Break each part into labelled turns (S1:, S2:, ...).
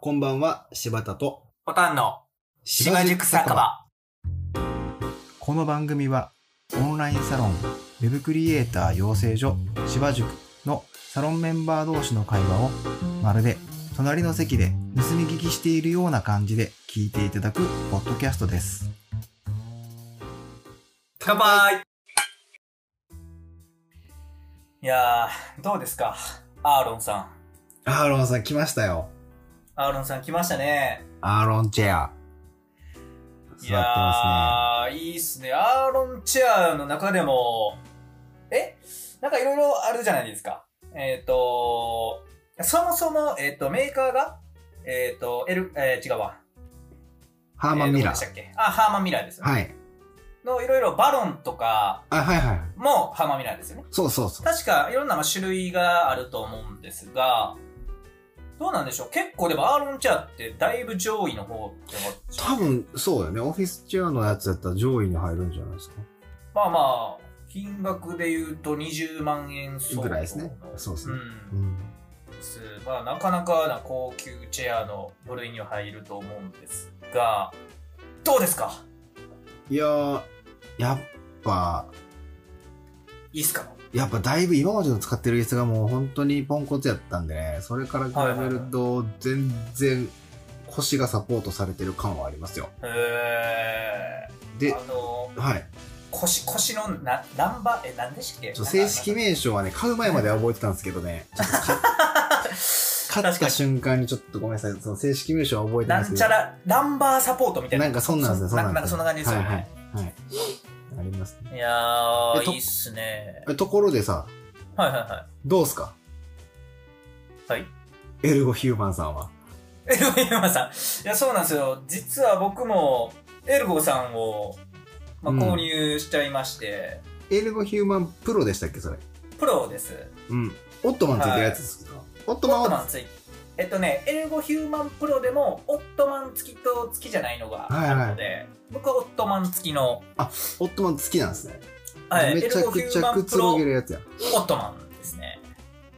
S1: こんばんは、柴田と、
S2: おたんの島宿酒場。
S1: この番組は、オンラインサロン、ウェブクリエイター養成所、芝塾のサロンメンバー同士の会話を、まるで隣の席で盗み聞きしているような感じで聞いていただくポッドキャストです。
S2: 乾杯いやー、どうですかアーロンさん。
S1: アーロンさん来ましたよ。
S2: アーロンさん来ましたね。
S1: アーロンチェア。座って
S2: いやー、いいっすね。アーロンチェアの中でも、えなんかいろいろあるじゃないですか。えっ、ー、と、そもそも、えっ、と、メーカーが、えっ、と、エル、えー違うわ。
S1: ハーマンミラ
S2: えーどこでし
S1: ー。
S2: たっけあ、ハーマンミラーですよね。
S1: はい。
S2: の、いろいろバロンとか
S1: あ、はいはい。
S2: もハーマンミラーですよね。
S1: そうそうそう。
S2: 確かいろんなまあ種類があると思うんですが、どうなんでしょう結構でもアーロンチェアってだいぶ上位の方って思っちゃう
S1: 多分、そうだよね。オフィスチェアのやつだったら上位に入るんじゃないですか。
S2: まあまあ、金額で言うと20万円相当の
S1: ぐらいですねそうですね
S2: ん
S1: うん。
S2: ですまあなかなかな高級チェアの部類には入ると思うんですが、どうですか
S1: いやー、やっぱ、
S2: いいっすか
S1: やっぱだいぶ今までの使ってる椅子がもう本当にポンコツやったんでね、それから比べると全然腰がサポートされてる感はありますよ。
S2: え
S1: で
S2: ー、あ、の、
S1: はい。腰
S2: 腰、腰のな、ナンバー、え、何でしたっけ
S1: ちょ正式名称はね、買う前までは覚えてたんですけどね、ちょっと買っ買っ
S2: 確か
S1: た
S2: に
S1: 瞬間にちょっとごめんなさい、その正式名称は覚えてない
S2: な
S1: です
S2: ん
S1: け
S2: ち
S1: ど
S2: ゃ、ら、ナンバーサポートみたいな。
S1: なんかそんなんですね、
S2: そなんかそんな感じですよね。
S1: はいはい、はい。ありますね。
S2: い、や
S1: えと
S2: ー、いいっすね。
S1: えところでさ、
S2: はいはいは
S1: どうすか
S2: い。はい。
S1: エルゴヒューマンさんは。
S2: エルゴヒューマンさん。いや、そうなんですよ。実は僕も、エルゴさんを、まあ、
S1: うん
S2: 購入しちゃいまして、
S1: エルゴヒューマンプロでしたっけ、それ。
S2: プロです。
S1: うん。オットマンついてるやつですけど、オット
S2: オ
S1: マン
S2: ット
S1: は
S2: マンついえっとね、エルゴヒューマンプロでも、オットマン付きと付きじゃないのが
S1: はいはい
S2: あるので、僕はオットマン付き
S1: オ
S2: の、
S1: ットマン好きなんですね。
S2: はい、
S1: めちゃくちゃくつろげるやつや。
S2: オットマンですね。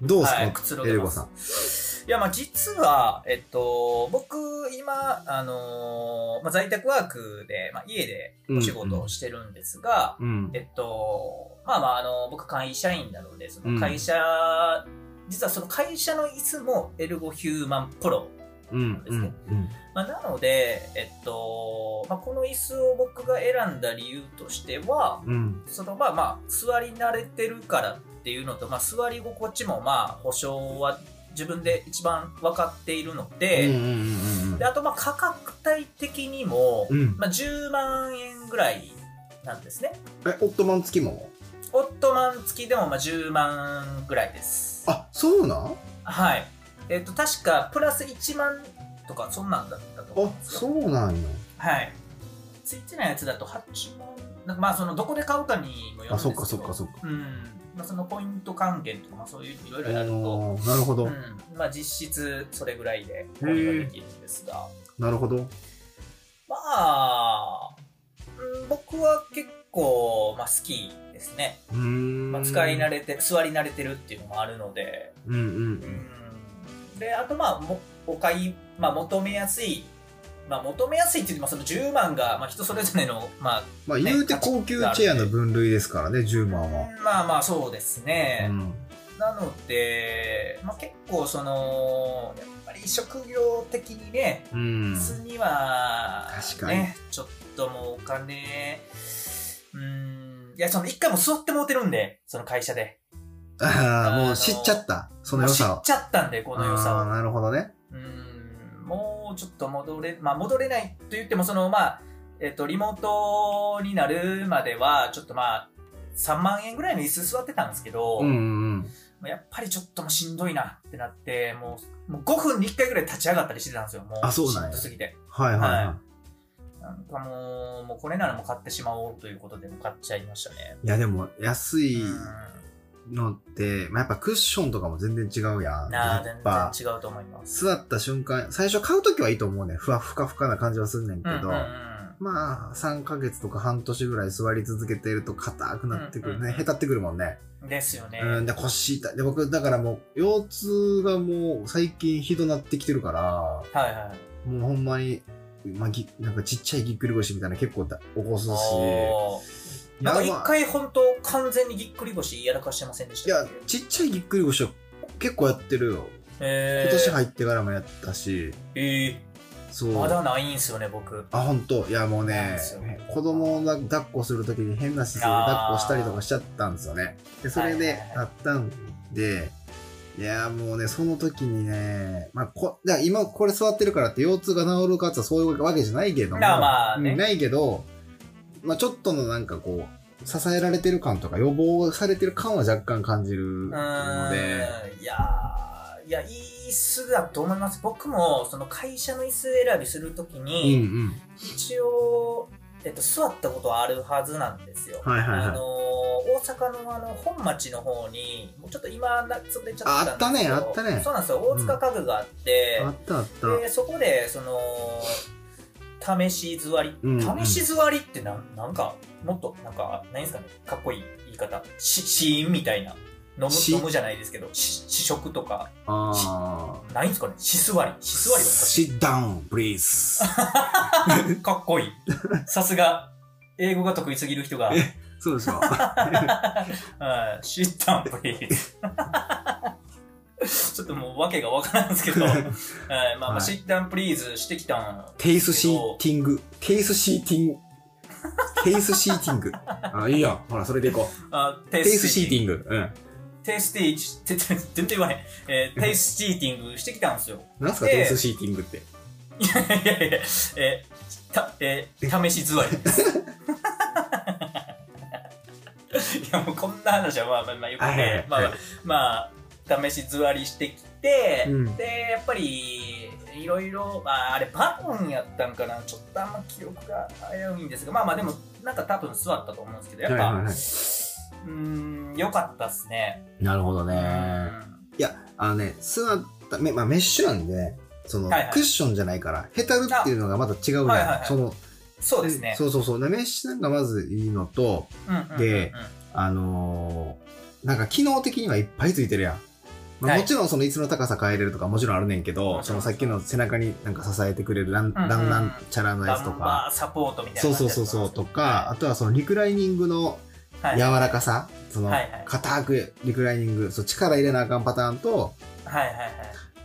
S1: どうすか、
S2: はい、くつろ
S1: エ
S2: げ
S1: ル
S2: ま
S1: ゴ
S2: す
S1: さん。
S2: いや、まあ実は、えっと、僕、今、あのーまあ、在宅ワークで、まあ、家でお仕事をしてるんですが、
S1: うん。
S2: えっと、まあまあ、あの、僕会社員なので、そ
S1: うん
S2: の会社、実はその会社の椅子もエルゴヒューマンプロ。
S1: うん。
S2: です
S1: う
S2: ね
S1: ん。うん。
S2: まあ、なので、えっと、まあ、この椅子を僕が選んだ理由としては、
S1: うん。
S2: そのまあまあ座り慣れてるからっていうのと、まあ、座り心地もまあ保証は自分で一番分かっているの
S1: うん。
S2: で,、
S1: うん
S2: であとまあ価格帯的にも、
S1: うん。うん。
S2: まあ、10万円ぐらいなんですね
S1: え、オットマン付きも
S2: オットマン付きでもまあ10万ぐらいです
S1: あ、そうなん
S2: はいえっ、と確かプラス1万とかそんなんだったと思う
S1: あ
S2: ん、ですよ
S1: そうなんよ。
S2: はいついてないやつだと8万なんかまあそのどこで買うかにもよるんですけど
S1: あ、そっかそっかそっか。
S2: うんまあ、そのポイント還元とか、まあ、そういういろいろやると、
S1: おーなるほ
S2: う
S1: ど。
S2: んまあ、実質それぐらいで購入ができるんですが
S1: なるほど。
S2: まあ、うん僕は結構、まあ、好きですね、
S1: うーん。
S2: まあ、使い慣
S1: れ。
S2: れて座り慣れてるっていうのもあるので、
S1: うんうん
S2: う。ん、であとまあもお買い、まあ、求めやすいまあ、求めやすいって言っても、その10万が、まあ、人それぞれの、まあ、
S1: まあ、言うて
S2: ね
S1: 高級チェアの分類ですからね、10万は。
S2: まあまあ、そうですね。
S1: うん。
S2: なので、まあ、結構そのやっぱり職業的にね
S1: うん
S2: 普。通には、
S1: 確かに
S2: ねちょっともうお金うんいやその一回も座ってもうてるんでその会社で
S1: ああ、もう知っちゃった。その良さ
S2: も
S1: を
S2: う知っ。ちゃったんでこの良
S1: あー
S2: さ
S1: なるほどね。
S2: をうんもうちょっと戻れまあ戻れないと言ってもそのまあえっ、とリモートになるまではちょっとまあ3万円ぐらいの椅子座ってたんですけど、
S1: うんうんうん。
S2: やっぱりちょっともうしんどいなってなって、もうもう5分に1回ぐらい立ち上がったりしてたんですよ、もう。
S1: あそうなんや
S2: しどすぎて。
S1: はいはいはい。
S2: はなんかもう、もうこれならもう買ってしまおうということで、もう買っちゃいましたね。
S1: いやでも安い
S2: うん
S1: のって、まあ、やっぱクッションとかも全然違うやん。
S2: なあ、
S1: やっぱ
S2: 全然違うと思います。
S1: 座った瞬間、最初買うときはいいと思うね。ふわふかふかな感じはすんねんけ
S2: うんうん
S1: ど、
S2: うん
S1: まあ、3ヶ月とか半年ぐらい座り続けてると硬くなってくるね。
S2: うんうんうん
S1: へたってくるもんね。
S2: ですよね。
S1: うん、で、腰痛い。で、僕、だからもう、腰痛がもう最近ひどなってきてるから、
S2: はいはい。
S1: もうほんまに、まあ、ぎなんかちっちゃいぎっくり腰みたいな結構だ起こすし。
S2: おー
S1: いや
S2: なんか一
S1: まあ
S2: 回本当完全にぎっくり腰やらかしてませんでし
S1: い
S2: た
S1: や
S2: っけ、
S1: ちっちゃいぎっくり腰は結構やってるよ。
S2: え
S1: 今
S2: ー、
S1: 年入ってからもやったし、
S2: え
S1: そう。
S2: ー、まだないんすよね、僕。
S1: あ、ほんと。いや、もう
S2: なん
S1: ね
S2: ですよ、
S1: 子供を抱っこするときに変な姿勢で抱っこしたりとかしちゃったんですよね。で、それ
S2: はい
S1: で
S2: はいはい
S1: あったんで、いや、もうね、その時にね、まあ、こ、だから今これ座ってるからって腰痛が治るかってそういうわけじゃないけども、
S2: まあまあね
S1: うんないけど、まあちょっとのなんかこう、支えられてる感とか予防されてる感は若干感じる
S2: う
S1: ので、
S2: ーんいやーいや、いい椅子だと思います。僕も、その会社の椅子選びするとき
S1: うんう
S2: に、
S1: ん。
S2: 一応、えっと、座ったことはあるはずなんですよ。
S1: はいはいはい
S2: あのー大阪のあの本町の方に、もうちょっと今、な潰れちゃったんですけど
S1: ああったねあったね
S2: そうなんですよ、大塚家具があって、
S1: あったあった。
S2: でそこでその試し座り、
S1: うんうん
S2: 試し座りってなんなんかもっとなんか何ですかねかっこいい言い方し試飲みたいな飲む
S1: し
S2: 飲むじゃないですけどし試食とか
S1: あー。
S2: ないんですかねし座りし座りはおかし
S1: Sit down, please.
S2: い かっこいいさすが英語が得意すぎる人が
S1: そうでしょ。
S2: はいシッタンプ リーズちょっともう訳がわからんですけど、はいまあま
S1: は
S2: あ
S1: い
S2: シッタンプリーズしてきたん
S1: テイスシーティング。テイスシーティング。テイスシーテ ィング。あ、いいやん。ほら、それでいこう。
S2: あテ
S1: テ
S2: イ
S1: イスシーティング。うん。
S2: テイスティーチ、てて全然言わへん。えーテイスチーティングしてきたんですよ。
S1: なんすか、
S2: で
S1: テイスシーティングって。
S2: いやいやいや、えーた、えー試し座り です。いや、もうこんな話はまあまあまあよく
S1: はいはいは
S2: て
S1: い、
S2: まあまあ、試し座りしてきて、
S1: うん
S2: で、やっぱり、いろいろ、まあ、あれ、バトンやったんかな、ちょっとあんま記憶が危ういんですが、まあまあでも、なんか多分座ったと思うんですけど、やっぱ、
S1: はいはいはいう
S2: ーん、良かったっすね。
S1: なるほど
S2: う
S1: ね。
S2: ん
S1: あのね、座った、めまあ、メッシュなんでね、その、
S2: はいはい
S1: クッションじゃないから、ヘタルっていうのがまた違うじゃん。
S2: はいはいはい
S1: その、
S2: そうですね。
S1: そうそうそう。でメッシュなんかまずいいのと、
S2: うんうんうんうん
S1: であのーなんか機能的にはいっぱいついてるやん。まあ、
S2: はい
S1: もちろんその椅子の高さ変えれるとかもちろんあるねんけど、
S2: うん
S1: そのさっきの背中になんか支えてくれるラン,、
S2: んうん
S1: ランランチャラのや
S2: バ
S1: つと
S2: ンバ
S1: か、
S2: ーサポートみたい
S1: そう
S2: な
S1: そうそうそうとか、あとはそのリクライニングの柔
S2: や
S1: らかさ、その
S2: はいはい
S1: 硬くリクライニング、そう力入れなあかんパターンと、
S2: はいはい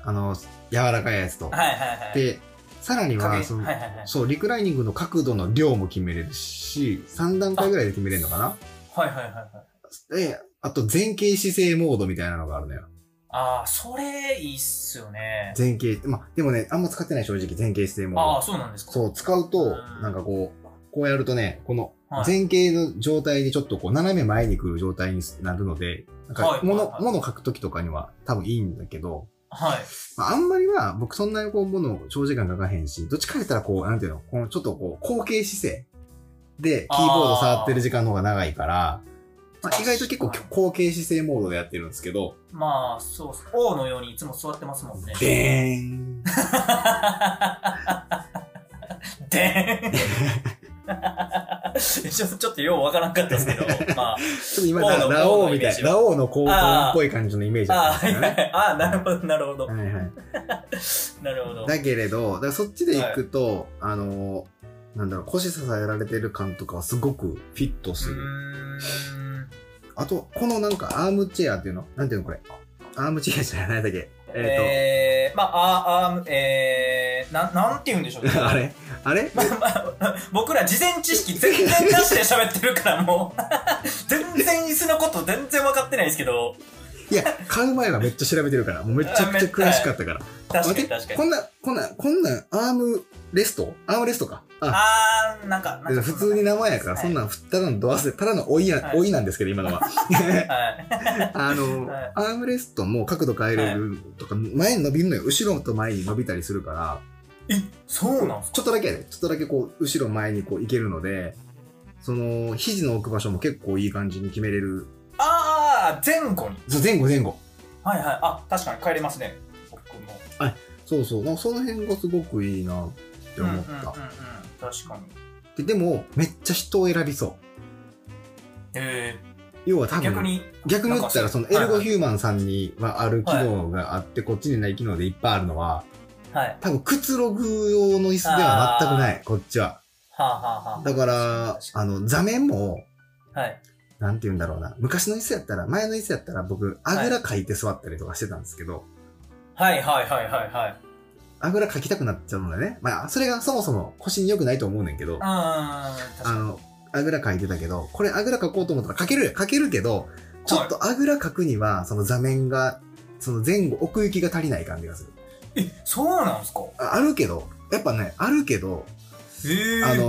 S1: あの、柔らかいやつと。
S2: はいはいはいはい
S1: で、さらに
S2: か
S1: は
S2: け
S1: その、
S2: はいはいはい
S1: そう、リクライニングの角度の量も決めれるし、3段階ぐらいで決めれるのかな
S2: はいはいはいはい
S1: で、あと前傾姿勢モードみたいなのがあるのよ。
S2: ああそれいいっすよね
S1: 前傾、まあ、でもね、あんま使ってない正直、前傾姿勢
S2: あ
S1: モー
S2: あそうなんです
S1: ド。
S2: か
S1: そう、使うと
S2: うん、
S1: なんかこう、こうやるとね、この
S2: はい
S1: 前傾の状態にちょっとこう、斜め前に来る状態になるので、なん
S2: は
S1: か
S2: い、はい
S1: 物
S2: は、い
S1: 物書くときとかには多分いいんだけど、
S2: はい
S1: まあ、あんまりは、僕そんなにこう、物を長時間書かへんし、どっちか言ったらこう、なんていうの、このちょっとこう、後傾姿勢で、キーボード触ってる時間の方が長いから、まあ、意外と結構
S2: 確か
S1: 後傾姿勢モードでやってるんですけど、
S2: まあそうっす王のようにいつも座ってますもんね
S1: でーん。
S2: で ーんちょちょっとようわからんかったです けどまあ
S1: ちょっと今、
S2: 王の
S1: ラオウみた
S2: 王のイメージ
S1: い。
S2: は
S1: ラオウの高校っぽい感じのイメージだ
S2: あ
S1: っ
S2: ー
S1: た
S2: は
S1: んですよ
S2: いは
S1: ね。
S2: いあーなるほどなるほど
S1: はいはい。
S2: なるほど
S1: だけれど、だからそっちで行くと、あの、なんだろう、腰支えられてる感とかはすごくフィットす
S2: う
S1: る。
S2: ーん
S1: あと、このなんかアームチェアっていうのなんていうのこれ。アームチェアじゃないだっけ。え
S2: えー、まあ、あ、あ、えー、なん、なんて言うんでしょう
S1: っ、
S2: ね
S1: と、 あれあれ
S2: まあまあ 僕ら事前知識全然なしで喋ってるからもう 全然椅子のこと全然分かってないですけど
S1: いや、買う前はめっちゃ調べてるから、もうめちゃくちゃ詳しかったから。
S2: 確か
S1: 待っ
S2: に
S1: て
S2: 確か
S1: こ
S2: に
S1: んな、こんな、こんなんアームレストアームレストか。あ、
S2: あーなんかなんか
S1: 普通に名前やから、
S2: はい
S1: そんなん、ただのドアスで、ただの老いや
S2: は、い
S1: 老いなんですけど、今の は。
S2: はい
S1: あの、
S2: はい
S1: アームレストも角度変えれるとか、前に伸びるのよ。後ろと前に伸びたりするから、
S2: えそうなんすか
S1: ちょっとだけやで、ちょっとだけこう、後ろ前にこういけるので、その、肘の置く場所も結構いい感じに決めれる。
S2: ああ前後に
S1: そう、前後前後。
S2: はいはいあ確かに帰れますね僕も
S1: そうそう。なんかその辺がすごくいいなって思った。
S2: うんうんうんうん、確かに
S1: って、でも、めっちゃ人を選びそう。
S2: え
S1: 要は多
S2: ー、
S1: 分、
S2: 逆に。
S1: 逆に言ったら、そのエルゴヒューマンさんにはある機能があって、こっちにない機能でいっぱいあるのは、
S2: はい。はい。
S1: 多分くつろぐ用の椅子では全くない、こっちは。
S2: はあ、はあは
S1: だから、あの、座面も、
S2: あ、はい。
S1: なんて言うんだろうな。昔の椅子やったら、前の椅子やったら僕、あぐらかいて座ったりとかしてたんですけど、
S2: はいはいはいはいはい。
S1: あぐらかきたくなっちゃうのでね。まあ、それがそもそも腰に良くないと思うねんけど、
S2: うーん、確
S1: あ
S2: かに。
S1: の、あぐらかいてたけど、これあぐらかこうと思ったらかける、かけるけど、ちょっとあぐらかくには、その座面が、その前後、奥行きが足りない感じがする。
S2: え、そうなんすか
S1: ああるけど、やっぱね、あるけど、
S2: ええ
S1: あの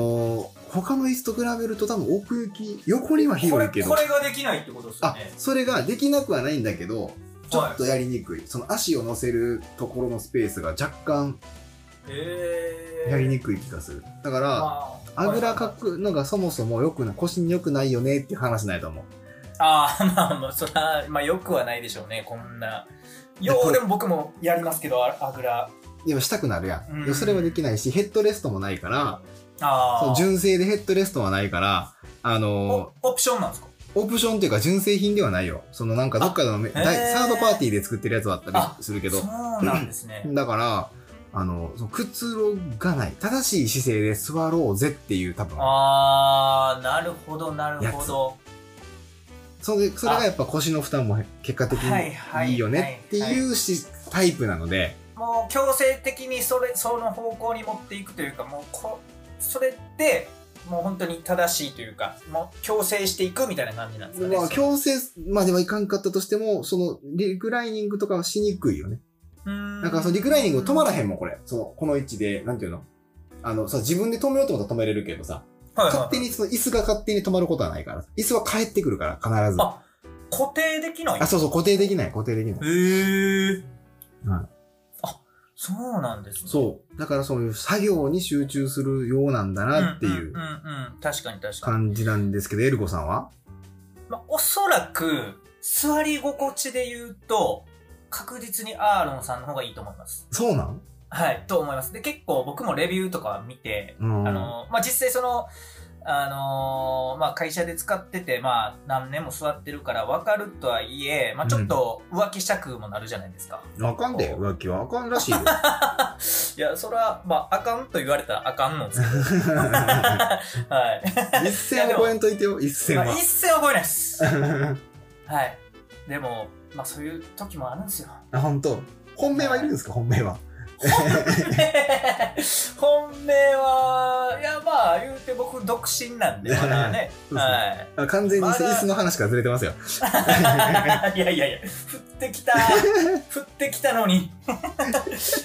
S1: ー他の椅子と比べると多分奥行き、横には広いけど、
S2: これこれができないってことですよ
S1: あ
S2: ね、
S1: それができなくはないんだけど、ちょっとやりにくい。その足を乗せるところのスペースが若干
S2: ええ
S1: やりに
S2: く
S1: くい気がする。だから、あぐらか
S2: く
S1: くのがそもそも良くない、腰に良くないよねっていう話ないと思う。
S2: ああまあまあそれはまあよくはないでしょうねこんなよ
S1: こ
S2: う
S1: れ
S2: でも僕もやりますけどああぐら
S1: でもしたくなるや
S2: うん
S1: ん。でもそれはできないし、ヘッドレストもないから、そ
S2: あ
S1: の
S2: あ
S1: 純正でヘッドレストはないから、あの
S2: オオプションなんですか
S1: ーオプションっていうか純正品ではないよ。そのなんかどっかのめ
S2: あへー
S1: だいサードパーティーで作ってるやつはあった
S2: あ
S1: りするけど
S2: そ、うなんですね
S1: だから、あの、そのくつろがない。正しい姿勢で座ろうぜっていう多分。
S2: ああなるほどなるほど
S1: それそれがやっぱ腰の負担も結果的
S2: はいはい
S1: にいいよねって
S2: はい
S1: いうしタイプなので、
S2: もう強制的にそれその方向に持っていくというかもうこそれってもう本当に正しいというかもう強制していくみたいな感じなんですかね
S1: まあ強制まではいかんかったとしても、そのリクライニングとかはしにくいよね。
S2: な
S1: なんかそのリクライニング止まらへんもん、これ。その、この位置で、なんていうのあの、さ、自分で止めようと思ったら止めれるけどさ、
S2: はいはい
S1: 勝手にその椅子が勝手に止まることはないから、椅子は帰ってくるから、必ず。
S2: あ固定できない
S1: あ、そうそう、固定できない、固定できない。
S2: へえ。
S1: はい
S2: あ、そうなんですね。
S1: そう。だからそういう作業に集中するようなんだ
S2: うん。
S1: なってい
S2: うん
S1: う
S2: うんうん。確かに確かに。
S1: 感じなんですけど、エルゴさんは
S2: まあ、おそらく、座り心地で言うと、確実にアーロンさんの方がいいと思います。
S1: そうなん
S2: はい、と思います。で、結構僕もレビューとか見て、
S1: うん。
S2: あの、まあ、実際その、あのーまあ、会社で使ってて、まあ、何年も座ってるから分かるとはいえ、まあ、ちょっと浮気したくもなるじゃないですか。
S1: あかんで、浮気はあかんら しいよ。
S2: いや、それは、まあ、あかんと言われたらあかんのですけ ど。はい。
S1: 一線は超えんといてよ、一線
S2: まあ
S1: は
S2: 一。切覚えないで す。
S1: あ、
S2: はい。でも、まあそういう時もあるんですよ。
S1: ほんと。本命はいるんですか、本命は。
S2: 本命は、いやまあ言うて僕独身なんで、まだね。
S1: そうですね
S2: は
S1: あ完全に椅
S2: まだ
S1: 子の話からずれてますよ。
S2: い。いやいやいや、降ってき た、降ってきたのに。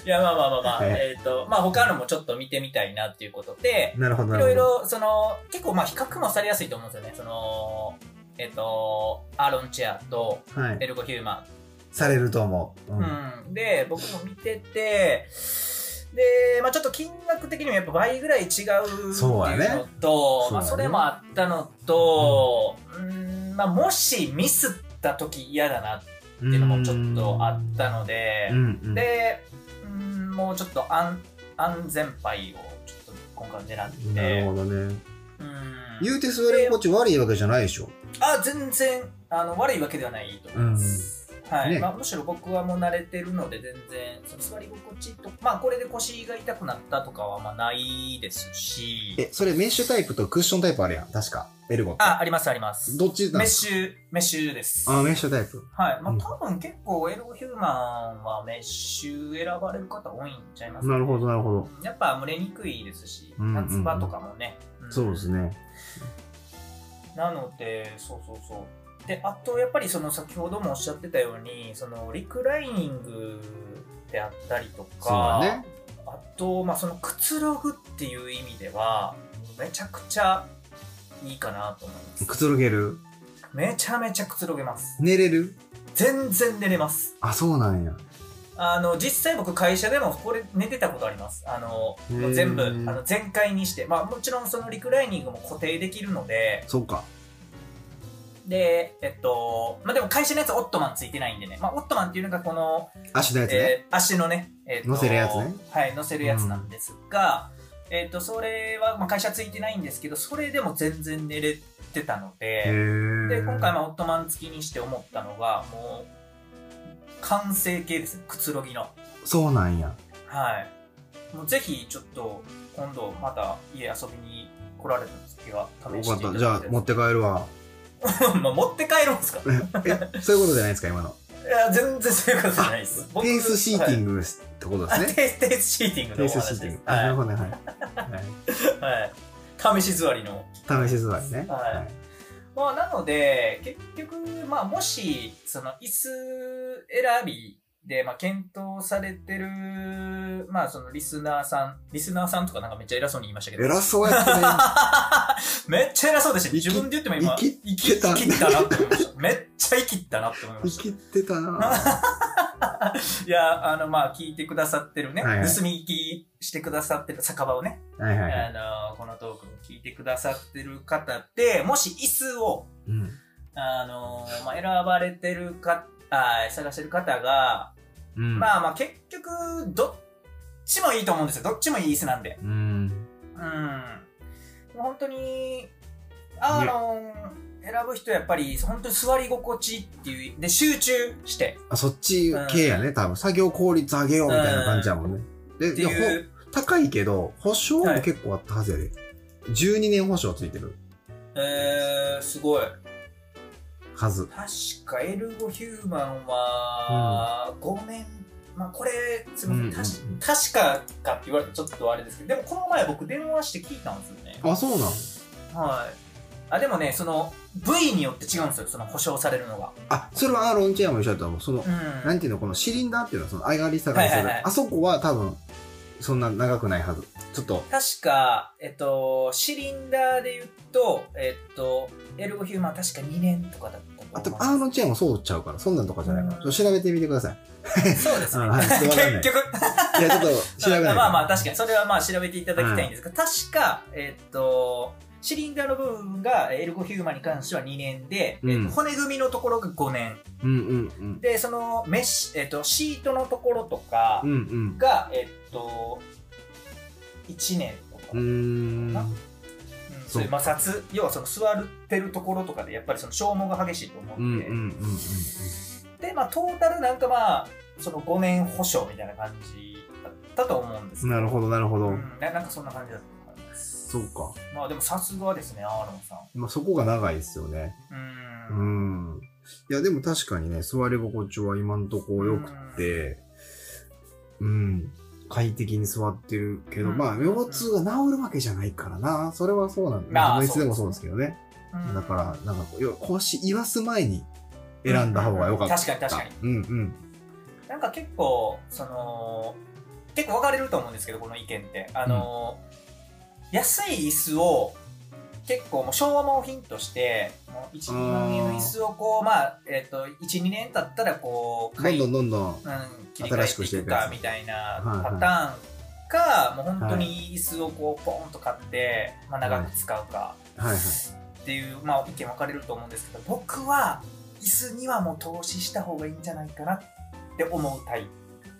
S2: いやまあまあまあまあ、
S1: はい
S2: えっ、と、まあ他のもちょっと見てみたいなっていうことで、
S1: なるほど、ないる
S2: ろ
S1: ほど。
S2: いろ、その、結構まあ比較もされやすいと思うんですよね。その、えっ、と、アーロンチェアと
S1: はい。
S2: エルゴヒューマン
S1: されると思う。うん
S2: うん、で僕も見ててで、まあ、ちょっと金額的にもやっぱ倍ぐらい違うっていうのと
S1: そうやね
S2: そ,、まあ、
S1: そ
S2: そ
S1: や
S2: う
S1: ね
S2: れもあったのと、うんまあ、もしミスった時嫌だなっていうのもちょっとあったので
S1: う、んうん。
S2: で、うん、もうちょっと安安全牌をちょっと今回狙って、
S1: なるほどね。
S2: うん、
S1: 言うて座り心地悪いわけじゃないでしょ。
S2: あ全然あの悪いわけではないと思います、はい
S1: ね
S2: まあ、むしろ僕はもう慣れてるので全然その座り心地とまあこれで腰が痛くなったとかはまあないですし
S1: え、それメッシュタイプとクッションタイプあるやん。確か。エルゴって。
S2: あありますあります
S1: どっちな
S2: メ
S1: の
S2: ッシュメッシュです
S1: あ、メッシュタイプ。
S2: はいまあ
S1: うん
S2: 多分結構エルゴヒューマンはメッシュ選ばれる方多いんちゃいます
S1: なるほど、なるほど。
S2: うんやっぱ蒸れにくいですし
S1: うんうんうん
S2: 夏場とかもね、ん
S1: そうですね。
S2: なので、そうそうそう。で、あとやっぱりその先ほどもおっしゃってたように、そのリクライニングであったりと
S1: そうだ
S2: か、
S1: ね。
S2: あと、まあ、そのくつろぐっていう意味では、めちゃくちゃいいかなと思いま
S1: く
S2: す。
S1: つろげる
S2: めちゃめちゃくつろげます。
S1: 寝れる
S2: 全然寝れます。
S1: あ、そうなんや。
S2: あの、実際僕会社でもこれ寝てたことあります。あの、もう全部、
S1: へ
S2: あ
S1: ー
S2: の全開にして、まあもちろんそのリクライニングも固定できるので、
S1: そうか。
S2: で、えっと、まあ、でも会社のやつオットマンついてないんでね。まあ、オットマンっていうのがこの、
S1: 足のやつね。
S2: えー足のね、えっと
S1: 乗せるやつね。
S2: はい、乗せるやつなんですが、えっ、と、それは、まあ、会社ついてないんですけど、それでも全然寝れてたの
S1: へ
S2: で、
S1: ー
S2: で、今回、まあ、オットマン付きにして思ったのが、もう、完成形ですね、くつろぎの。
S1: そうなんや。
S2: はい。もうぜひ、ちょっと、今度、また家遊びに来られた時は、
S1: よ
S2: 試
S1: か
S2: し
S1: って
S2: いただ
S1: た。
S2: き
S1: じゃあ、持って帰るわ。
S2: たい。 まあ、持って帰るんですか
S1: え、そういうことじゃないですか、今の。
S2: いや、全然そういうことじゃない です。僕
S1: テイスシーティ
S2: はい
S1: ングってことで
S2: あ
S1: すね。
S2: テイステイスシーティング
S1: テ
S2: のお
S1: イスシ
S2: 話
S1: ーティ
S2: で
S1: ン
S2: す
S1: グ。。あ、なる
S2: は
S1: ほどね、はい。はい
S2: い。はい。試し座りの。
S1: 試しづらいね。
S2: はいまあ、なので、結局、まあ、もし、その、椅子選びで、まあ、検討されてる、まあ、その、リスナーさん、リスナーさんとかなんかめっちゃ偉そうに言いましたけど。
S1: 偉そうやったね。
S2: めっちゃ偉そうでした。
S1: 生き
S2: 自分で言っても今、
S1: 生きてた
S2: 生きったなって思いました。めっちゃ生きったなって思いま
S1: 生
S2: した。
S1: きてたな
S2: いや、あの、まあ、聞いてくださってるね、
S1: はいはい
S2: 盗み聞きしてくださってる酒場をね、
S1: はい はいはい。
S2: あの、このトークを聞いてくださってる方で、もし椅子を、
S1: うん。
S2: あの、まあ、選ばれてるか、あー探してる方が、
S1: うん。
S2: まあまあ、結局、どっちもいいと思うんですよ。どっちもいい椅子なんで。
S1: うん。
S2: うん。本当に、アーロン選ぶ人はやっぱり、本当に座り心地っていう、で、集中して、
S1: あ、そっち系やね、多分。作業効率上げようみたいな感じやもんね。で、
S2: って
S1: でほ
S2: いう、
S1: 高いけど、保証
S2: は
S1: も
S2: い
S1: 結構あったはずやで。12年保証ついてる
S2: えー、すごい。
S1: はず。
S2: 確かエルゴヒューマンは5年、まあこれすみません、た
S1: う
S2: し
S1: んうんうん
S2: 確かかって言われてちょっとあれですけどでもこの前僕電話して聞いたんですよね
S1: あ、そうなの
S2: はいあでもねその部位によって違うんですよその保証されるのが
S1: あ、それはアーロンチェアも一緒だと思う。その、
S2: う
S1: なん
S2: ん
S1: ていうの、このシリンダーっていうのは、その上がり下がりする。
S2: はいはいはい
S1: あそこは多分、そんな長くないはず。ちょっと、
S2: 確かえっとシリンダーで言うとえっとエルゴヒューマン確か2年とかだったと思いま
S1: あ
S2: す
S1: と、アーロンチェアもそうちゃうから、そんなんとかじゃないから。ちょっと調べてみてください。
S2: そうですね、
S1: うんはいちょっとわかんない
S2: 結局
S1: いや、ちょっと調べないと。
S2: まあまあ確かにそれはまあ調べていただきたいんですが、確か、えっとシリンダーの部分がエルゴヒューマンに関しては2年で、
S1: うん
S2: えっと骨組みのところが5年
S1: うんうんうん。
S2: でそのメッシ、えっとシートのところとか
S1: うんうん。
S2: が、えっと1年とか、
S1: うーん。
S2: うんそういう摩擦要はその座ってるところとかでやっぱりその消耗が激しいと思う
S1: うんんうん
S2: で、
S1: うんうん。
S2: でまあトータルなんかまあその5年保証みたいな感じだったと思うんですけ
S1: なるほど、なるほど。
S2: うん、ななんかそんな感じだったと思います
S1: そうか。
S2: まあでもさすがですね、アーロンさん。
S1: まあ、そこが長いですよね。う
S2: うーん。
S1: ん。いや、でも確かにね、座り心地は今んとこ良くて、うん。快適に座ってるけど、
S2: うん
S1: まあ、腰痛が治るわけじゃないからな。それはそうなん
S2: まあ
S1: だ。いつでもそうですけどね。
S2: うん
S1: だから、なんかこう、よ腰言わす前に選んだ方が良かった。
S2: 確かに確かに。
S1: うんうん。
S2: なんか結構、その、結構分かれると思うんですけど、この意見って。あの、安い椅子を、結構もう昭和も品として、もう1、2万円の椅子をこう、まあ、えっ、と、1、2年経ったらこう、
S1: どんど
S2: うん
S1: どんどん。
S2: ん、切り替
S1: 新しく
S2: え
S1: してて
S2: い
S1: い
S2: く
S1: くやつ
S2: か、みたいな
S1: はいはい
S2: パターンか、もう本当に椅子をこう、ポンと買って、まあ長く使うか。
S1: はいはい。
S2: っていう、まあ、意見分かれると思うんですけど僕は椅子にはもう投資した方がいいんじゃないかなって思うタイプ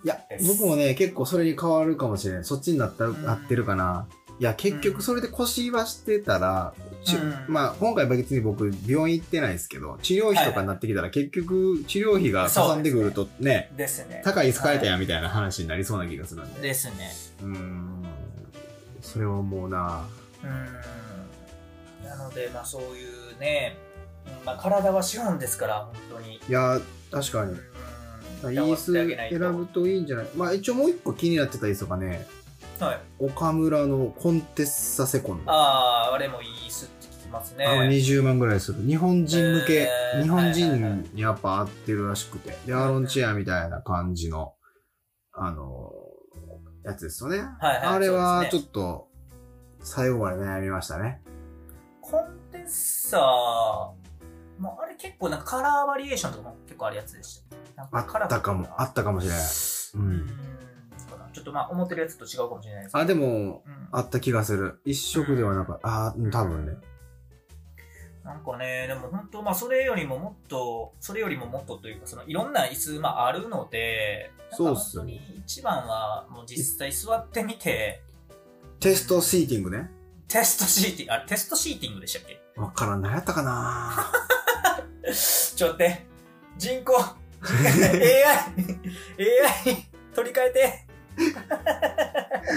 S1: いや
S2: で、す
S1: 僕もね、結構それに変わるかもしれない。そっちになった、
S2: ん
S1: なってるかな。いや、結
S2: うん
S1: 局それで腰はしてたら、ちゅ
S2: うん
S1: まあ、今回別に僕、病院行ってないですけど、治療費とかになってきたら、結局、治療費がかさんでくるとね、
S2: ですね
S1: 高い使えたや
S2: は
S1: んみたいな話になりそうな気がするん
S2: い
S1: で。
S2: ですね
S1: うーん。それはもうな、
S2: うーんなのでまあそういうね、うんまあ、体は資本ですから本当に
S1: いや、確かに。
S2: うん
S1: 椅子
S2: やってあげないと
S1: 選ぶといいんじゃないまあ、一応もう一個気になってた椅子がね、
S2: はい
S1: 岡村のコンテッサセコンド。
S2: あああれもいい椅子って聞きますね
S1: あの20万ぐらいする日本人向け、
S2: えー
S1: 日本人にやっぱ合ってるらしくて、でアーロンチェアみたいな感じのあのやつですよね、
S2: はいはい
S1: あれ
S2: そう
S1: は
S2: です
S1: ち
S2: ね
S1: ょっと最後まで悩みましたね
S2: コンデンサーまあ、あれ結構なんかカラーバリエーションとかも結構あるやつでしたなん
S1: あ
S2: カラ
S1: っ
S2: フ
S1: た
S2: ルな
S1: かもあったかもしれない、う
S2: う
S1: ん、
S2: んかなちょっとまあ思ってるやつと違うかもしれないですけど
S1: あでも
S2: うん
S1: あった気がする一色ではなかったあーうん多分ね
S2: なんかねでも本当まあそれよりももっとそれよりももっとというかそのいろんな椅子まああるのでなんか
S1: そうっすよね
S2: 本当に一番はもう実際座ってみて
S1: テストシーティングね。
S2: テストシーティング、あれ、テストシーティングでしたっけ
S1: わからん。何やったかな
S2: ちょっと待って、人 工、AI、AI、取り替えて。
S1: い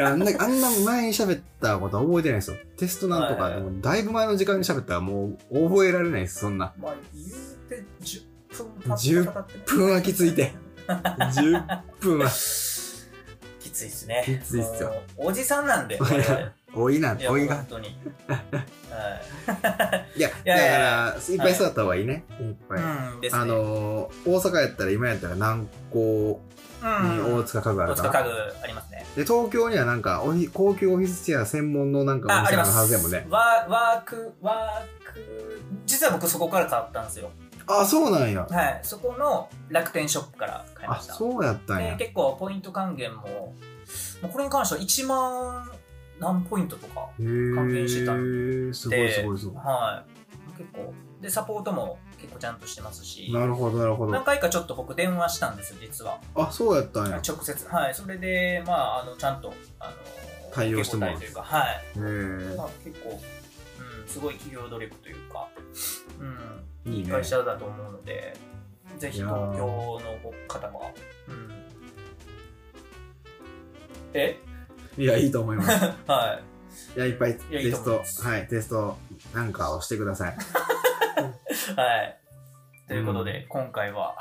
S1: やあんな、あんな前に喋ったことは覚えてないですよ。テストなんとか、
S2: はいはい
S1: もうだいぶ前の時間に喋ったらもう覚えられないです、そんな。
S2: まあ、言うて10分
S1: 10
S2: 経って
S1: 分はきついて。10分は
S2: きついっすね。
S1: きついっすよ
S2: もう。おじさ んなんで、我々
S1: 多いな、
S2: いや、
S1: 多い
S2: 本
S1: が。
S2: 当に。
S1: いや、だ
S2: やいやい
S1: から、いっぱい育った方がいいね。いっぱい。
S2: はい。うん、ですね。
S1: あのー、大阪やったら今やったら南高に
S2: うん、
S1: 大塚家具あ
S2: 大
S1: るか
S2: 塚
S1: ら、
S2: 家具ありますね。
S1: で、東京にはなんかおひ、高級オフィスチェア専門のなんか
S2: あ、
S1: お
S2: あり
S1: 店が
S2: ま
S1: あるは
S2: す。
S1: ずやもんね。
S2: ワワーク、ワーク、実は僕そこから買ったんですよ。
S1: あ、そうなんや。
S2: はい。そこの楽天ショップから買い
S1: あ、
S2: ました。
S1: そうやったん
S2: で
S1: や。
S2: 結構ポイント還元も、もうこれに関しては1万何ポイントとか、
S1: へ
S2: 還元してた
S1: ー、すごいすごいすごい。
S2: はい。結構。で、サポートも結構ちゃんとしてますし、
S1: なるほど、なるほ
S2: 何
S1: ど。
S2: 回かちょっと僕電話したんですよ、実は。
S1: あ、そうやったんや。
S2: 直接。はい。それで、まあ、あの、ちゃんと、あの、
S1: 対応してもらう
S2: 受け答えというか、はい。
S1: へー
S2: まあ、結構、うん、すごい企業努力というか、う
S1: いい
S2: ん、
S1: ね。
S2: 会社だと思うので、ぜひ
S1: いや
S2: 東
S1: ー
S2: 京の方は、うん、え
S1: いや、いいと思います。
S2: はい
S1: や、いっぱい
S2: いやいい
S1: テ
S2: と
S1: ス
S2: 思
S1: ト
S2: いま、す
S1: はい、テストなんかをしてください。
S2: い。はい。ということで、今回は、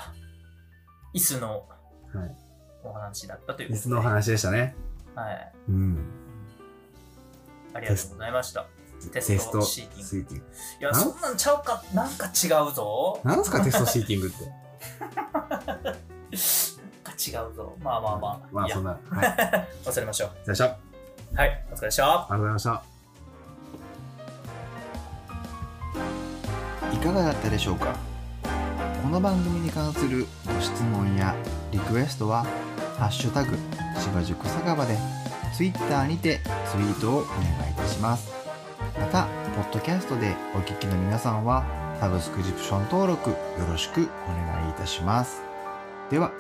S2: 椅子の
S1: はい
S2: お話だったというこ
S1: 椅
S2: と
S1: 子
S2: で、
S1: のお話でしたね。
S2: はい。
S1: うん。
S2: ありがとうございました。テ
S1: テス
S2: ス
S1: ト
S2: ト
S1: シ
S2: シ
S1: ー
S2: ー
S1: テ
S2: テ
S1: ィ
S2: ィ
S1: ン
S2: ン
S1: グ。
S2: グ。いや、
S1: なん
S2: そんなんちゃうか、なんか違うぞ。
S1: なんすかテストシーティングって。
S2: なんか違うぞ。まあまあまあ。
S1: まあ
S2: いや
S1: そんな。はい。
S2: 忘れましょ
S1: じゃあ、しょあり
S2: う。はい、お疲れでした。
S1: がとうございました。いかがだったでしょうかこの番組に関するご質問やリクエストは「ハッシュタグ芝塾酒場」でツイッターにてツイートをお願いいたしますまたポッドキャストでお聞きの皆さんはサブスクリプション登録よろしくお願いいたしますでは